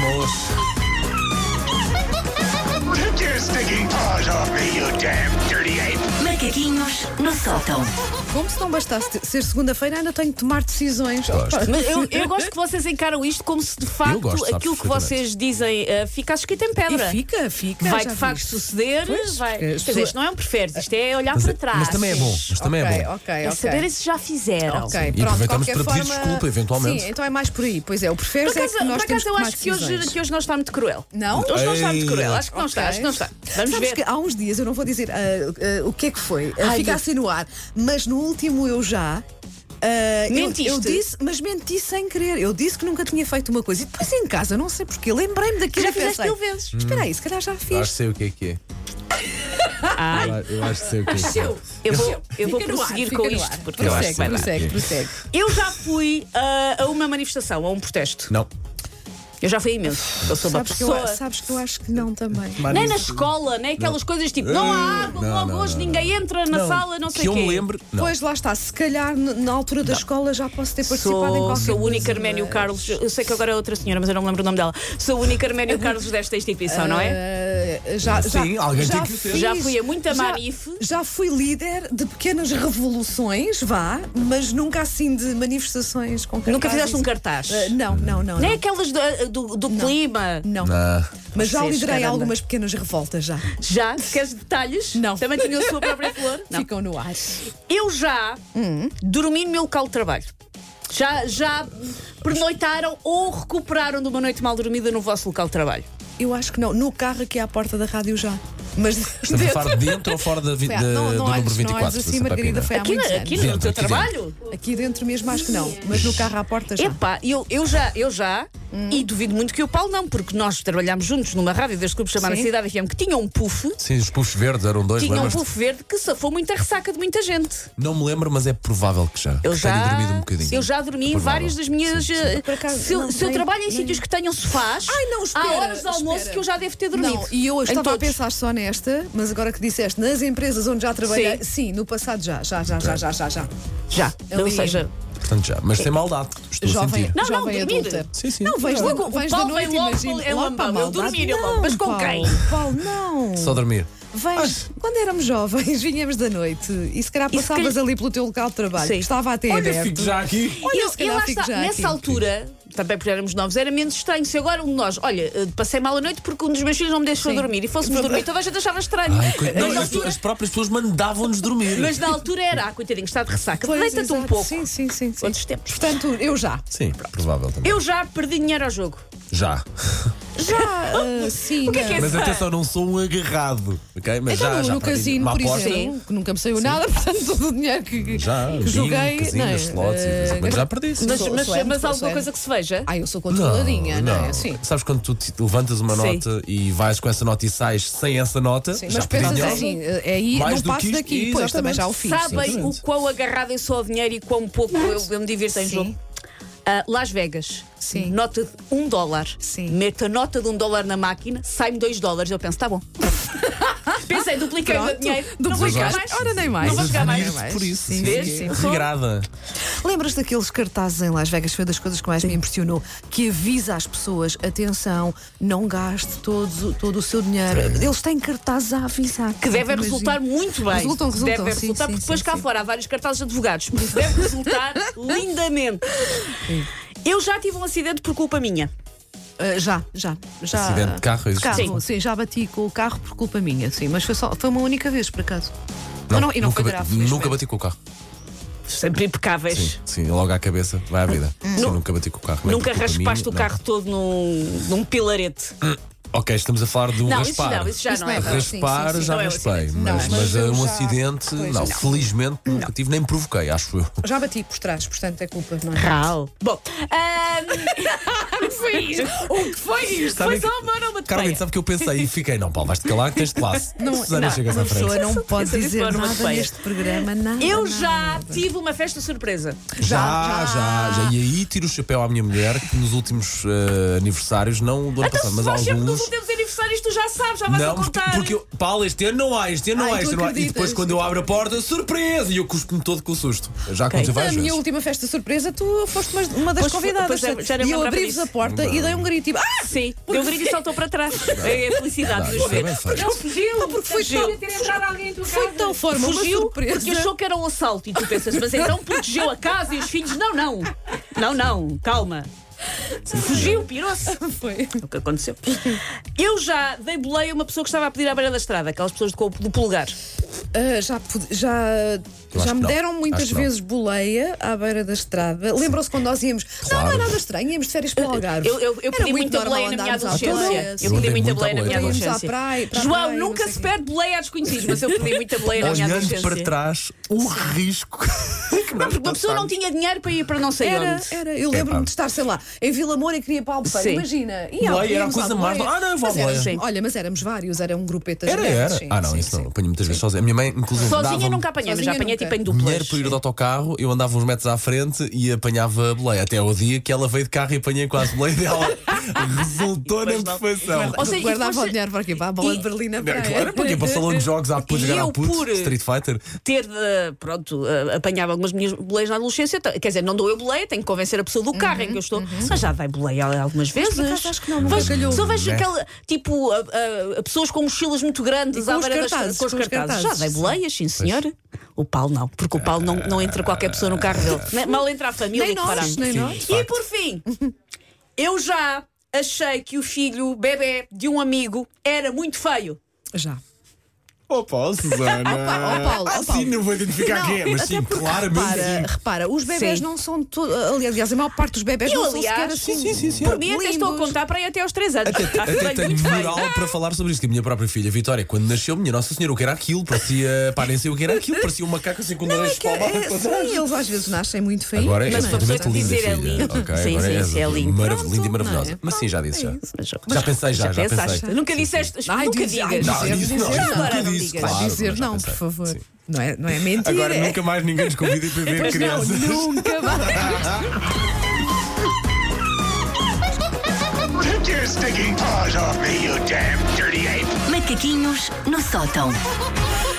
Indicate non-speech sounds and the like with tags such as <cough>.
Vamos. Take your stinking paws off me, you damn dirty ape! Macaquinhos no sótão. Como se não bastasse ser segunda-feira, ainda tenho de tomar decisões. Gosto. Opa, Mas eu, eu gosto que vocês encaram isto como se de facto gosto, sabes aquilo que perfeitamente. vocês dizem eh, ficasse escrito em E pedra. fica, fica. vai já de vi facto isto. suceder. Pois, vai. porque Quer as dizer, pessoas- isto não é um preferes, isto é olhar para trás. Mas também é bom, mas também é ok, bom. ok, É ok. saber se já fizeram. Ok, E pronto, de aproveitamos qualquer para pedir forma- desculpa, eventualmente. Sim, então é mais por aí. Pois é, o Por preferes é acaso, que nós por temos acaso eu tomar acho que hoje, decisões. que hoje não está muito cruel. Não? Hoje não está muito Ei. cruel. Acho que não está, Ok. acho que não está. Vamos Sabes ver. que há uns dias, eu não vou dizer ah, ah, o que é que foi, ah, Ai, fica eu- assim no ar, mas no último eu já. ah, eu- Mentiste? Eu, disse, mas menti sem querer. Eu disse que nunca tinha feito uma coisa. E depois em casa, não sei porquê, lembrei-me daquilo Já e pensei, fizeste mil vezes. Espera aí, se calhar já Eu fiz. acho que sei o que é que é. Ai. Eu acho que sei o que é que é. Eu vou, eu vou Fica no ar, prosseguir fica com no isto, ar. porque eu acho Prossegue, que vai dar. prossegue, prossegue. Eu já fui ah, a uma manifestação, a um protesto. Não. Eu já fui a imenso. Eu sou uma Sabes que, eu, pessoa. sabes que eu acho que não também. Nem na escola, nem aquelas coisas tipo, não há água, Eh, Não, logo não, hoje não, ninguém entra na sala, não sei Que o eu quê. me lembro. Não. Pois lá está, se calhar n- na altura da escola já posso ter participado em Sou, qualquer sou o único coisa, Arménio mas- Carlos, eu sei que agora é outra senhora, mas eu não me lembro o nome dela. Sou o único <laughs> Arménio Carlos desta instituição, não é? Ah, já, Sim, já, alguém já tem que o ter. fiz- Já fui a muita já- manife. Já fui líder de pequenas revoluções, vá, mas nunca assim de manifestações com cartazes. Nunca fizeste um cartaz. Ah, não, não, não. Nem Não. aquelas do, eh, do- do Não. clima. não. Ah, Mas já Vocês, liderei caramba. algumas pequenas revoltas já. Já? Queres detalhes? Não. Também tinha a sua <laughs> própria flor? Não. Ficam no ar. Eu já Hum. dormi no meu local de trabalho. Já, já pernoitaram ou recuperaram de uma noite mal dormida no vosso local de trabalho. Eu acho que não. No carro aqui à porta da rádio já. Mas estamos a falar de dentro ou fora da, vi- Foi há- da- não, não do olhes- número não 24? olhes assim, Santa Pina? Margarida, foi há Aqui, na- muitos aqui anos. no Dentro, teu aqui trabalho? Aqui dentro mesmo acho que não, mas no carro à porta já. Hum. Epá, eu, eu já, eu já e duvido muito que o Paulo não, porque nós trabalhámos juntos numa rádio deste grupo chamado Sim. Cidade FM, que tinha um puff, Sim, os puffs verdes eram dois, tinha um lembras-te? puff verde que safou muita ressaca de muita gente. Não me lembro, mas é provável que já. Eu Que já, Tenho dormido um bocadinho. eu já dormi em Provável. várias das minhas. Sim, eh, Por acaso, se, eu- não, se eu nem- trabalho em nem- sítios que tenham sofás, Ai, não, espera, há horas de almoço espera. que eu já devo ter dormido. Não, e eu Em estava a todos. pensar só nesta, mas agora que disseste, nas empresas onde já trabalhei, sim, Sim. no passado já, já, já, É. já, já, já, já. Já, Ali- ou seja, Portanto, já. Mas sem maldade. Estou a Jovem, sentir. Não, não, jovem dormir. adulta. Sim, sim. Não, vais, Logo, logo, o vais Paulo da noite, vem logo, imagina. é logo para lambão, a eu maldade. dormir, eu logo, Não, mas com quem? Paulo, Paulo, não. Só dormir. Vais, quando éramos jovens, vinhamos da noite e se calhar E se passavas calhar- ali pelo teu local de trabalho, Sim. que estava até aberto. aqui. Olha, eu, se calhar lá fico está, já nessa aqui. altura, também porque éramos novos, era menos estranho. Se agora um de nós, olha, eh, passei mal a noite porque um dos meus filhos não me deixou Sim. dormir e fôssemos dormir, toda a gente achava estranho. Ai, coit- mas, não, na as, altura, as próprias pessoas mandavam-nos dormir. mas na altura era, ah, coitadinho, está de ressaca. Pois, Deita-te um exato. pouco. Sim, sim, sim. sim. Outros tempos. Portanto, eu já. Sim, provável também. Eu já perdi dinheiro ao jogo. Já. Já, <laughs> ah, sim. O que é que é Mas Ah. atenção, não sou um agarrado. Ok? Mas Então, já, no, já no perdi casino, uma por aposta. exemplo, que nunca me saiu nada, <laughs> portanto, todo o dinheiro que, que- Já, que bingo, joguei. casino, não é? slots, e de vez em quando Ah, já perdi. sim. Mas, Sou- eh, mas, sou ente, mas sou alguma ente. coisa que se veja? Ah, eu sou controladinha, não, é? Sim. Sabes quando tu te levantas uma Sim. nota e vais com essa nota e sais sem essa nota? Sim, já mas perdi pensas dinheiro. assim, é aí, Mais do não que passo isto, daqui. Pois, exatamente. também já o fiz. Sabem Exatamente. o quão agarrado eu sou ao dinheiro e quão pouco eu, eu me divirto em Sim. jogo? Ah, Las Vegas, Sim. nota de um dólar. Sim. Meto a nota de um dólar na máquina, sai-me dois dólares. Eu penso, tá <laughs> bom. Pensei, dupliquei o meu Pronto, dinheiro. não vou jogar duplicaste. mais. Ora, nem mais. Não vou jogar mais. Admiro-te por isso. sim, Sim, sim, sim. sim. Sou- Regrada. Lembras daqueles cartazes em Las Vegas? Foi das coisas que mais me impressionou. Que avisa às pessoas: atenção, não gaste todos, o- todo o seu dinheiro. É. Eles têm cartazes a avisar. Que devem resultar muito bem. Resultam, resultam, Devem sim, resultar, sim, porque depois sim, cá sim. fora há vários cartazes de advogados. Porque deve <laughs> resultar lindamente. Eu já tive um acidente por culpa minha. Ah, já, já, já. Acidente de carro, existe? Carro, sim. já bati com o carro por culpa minha, sim. Mas foi, só, foi uma única vez, por acaso. Ou não- e não nunca, foi ba- grave. nunca felizmente. bati com o carro. Sempre impecáveis. Sim, é sim, logo à cabeça, vai Hum. à vida. Sim, nunca bati com o carro. Nunca Nem por culpa raspaste o minha, não. carro todo num, num pilarete. Ok, estamos a falar de um não, isso raspar. não, isso já Isso não é. não é- Sim, Raspar sim, sim. já Não é um raspei, acidente. mas, Não, mas mas, uh, eu um já- acidente, Pois, não, não. felizmente nunca tive, nem provoquei, acho eu. Já bati por trás, portanto é culpa, não é? Rau. Bom, ahm, foi isto. <laughs> O que foi isto? Foi só uma Carmen, aromatepeia. sabe o que eu pensei? E fiquei, não, Paulo, vais-te calar que tens classe. Susana chegas uma à frente. pessoa não é pode Essa dizer forma nada feia. neste programa, nada. Eu nada, já nada. tive uma festa surpresa. Já, já, já. E aí tiro o chapéu à minha mulher, que nos últimos eh, aniversários, não do ano passado, mas Então, Nós sempre nos alguns. não temos aniversários, tu já sabes, já vais a Não, porque, contar. porque eu, Paulo, este ano não há, este ano não Ai, há, tu este ano não há. E depois, acreditas? quando eu abro a porta, surpresa! E eu cuspo-me todo com o susto. Já aconteceu Na várias Então é minha vezes. última festa surpresa, tu foste uma, uma das Pois foi- convidadas. pois é, já nem e eu lembrava abri-vos a disso. porta e dei um grito tipo, ah! Sim, deu grito e saltou para trás. <laughs> É a felicidade de Isso nos é ver. bem feito. Não fugiu, Pá, porque foi fugiu. tão- Foi Foi de tal forma uma Fugiu surpresa. porque achou que era um assalto. E tu pensas, mas então protegeu a casa e os filhos? Não, não. Não, não. Calma. Fugiu, pirou-se. Foi. O que aconteceu? Eu já dei boleia a uma pessoa que estava a pedir à beira da estrada, aquelas pessoas do, co- do pulgar. Ah, já pude- já, Eu acho já que me não. deram muitas Acho que não. vezes boleia à beira da estrada. Lembram-se quando nós íamos? Não, Claro. não é nada estranho, íamos de férias para o Algarve. Eu, eu, eu Era pedi muito muita normal boleia na minha andarmos à praia, adolescência. sim. Eu pedi Eu dei muita muita boleia na minha boleia. Íamos à adolescência. praia, para a João, praia, não nunca sei se quê. perde boleia a desconhecidos, mas eu pedi muita boleia na é minha Olhando adolescência. para trás, o risco. <laughs> que nós Porque uma pessoa não passamos. tinha dinheiro para ir para não sei então Era, onde. era. Eu lembro-me É pá. de estar, sei lá, em Vila Moura e queria para Albufeira. Sim. Imagina. E Boleia, ah, era a íamos coisa à mais- boleia. Ah, não, eu vou à Mas éramos- boleia. Olha, mas éramos vários, era um grupeta Era, gigante, era. sim, ah, não, sim, isso não. sim. Apanhei muitas vezes sozinha. A minha mãe, inclusive, Sozinha dava-me nunca apanhei, mas já Sozinha apanhei nunca. tipo em dinheiro duplas. para ir de autocarro, eu andava uns metros à frente e apanhava a boleia. Até o dia que ela veio de carro e apanhei quase a boleia <laughs> dela. Resultou na depois não. perfeição. Ou seja, e Guardava o depois- dinheiro para quê? Para a bola e- de Berlim na praia. É claro, porque para o salão de jogos há depois E jogar eh, eu à puto, por- Street Fighter. ter de, pronto, eh, apanhava algumas minhas boleias na adolescência, t- quer dizer, não dou eu boleia, tenho que convencer a pessoa do carro em que eu estou, mas já dei boleia algumas vezes. Uhum, por acaso acho que não, nunca Vejo- calhou. Só vejo Né? aquela, tipo, a- a- a pessoas com mochilas muito E grandes com à os beira das- cartazes, com os com os cartazes. Já cartazes, dei sim. boleias, sim senhor. O Paulo não, porque o Paulo não, não entra qualquer pessoa no carro dele. <laughs> Nem- Mal entra a família Nem que nós, paramos. nem nós. E por fim, eu já achei que o filho bebê de um amigo era muito feio. Já. Opa, Susana. Ah, Ó, Paulo, ó, Paulo. não vou identificar quem é, mas sim, claramente. Repara, repara, os bebés Sim. não são todos. Aliás, a maior parte dos bebés Eu, não são sequer aliás, assim. sim, sim, sim. Por mim, até estou a lindos. contar para ir até aos 3 anos. Acho que Até tenho tenho muito feio. <laughs> moral para falar sobre isto, que a minha própria filha, Vitória, quando nasceu, minha Nossa Senhora, o que era aquilo? Parecia, pá, nem sei o que era aquilo, parecia um macaco assim com dois Que- é, palmas. Sim, eles às vezes nascem muito feios. Agora é Mas para absolutamente poder linda, dizer é filha. lindo. Ok, Sim, agora sim, é sim, é lindo. marav- Pronto, linda e não é? maravilhosa. Mas sim, já disse É já. isso. Já pensei, já, já pensaste? pensei. Nunca disseste. Ai, nunca dizer, ai, digas. Não, dizer, disse dizer, não, já nunca agora disse, não digas. claro, Vai dizer mas já não, por pensei, favor. sim. Não é, não é mentira. Agora nunca mais ninguém nos convida para ver Não, crianças. nunca mais. Take your stinking paws off me, you damn dirty ape! Macaquinhos no sótão.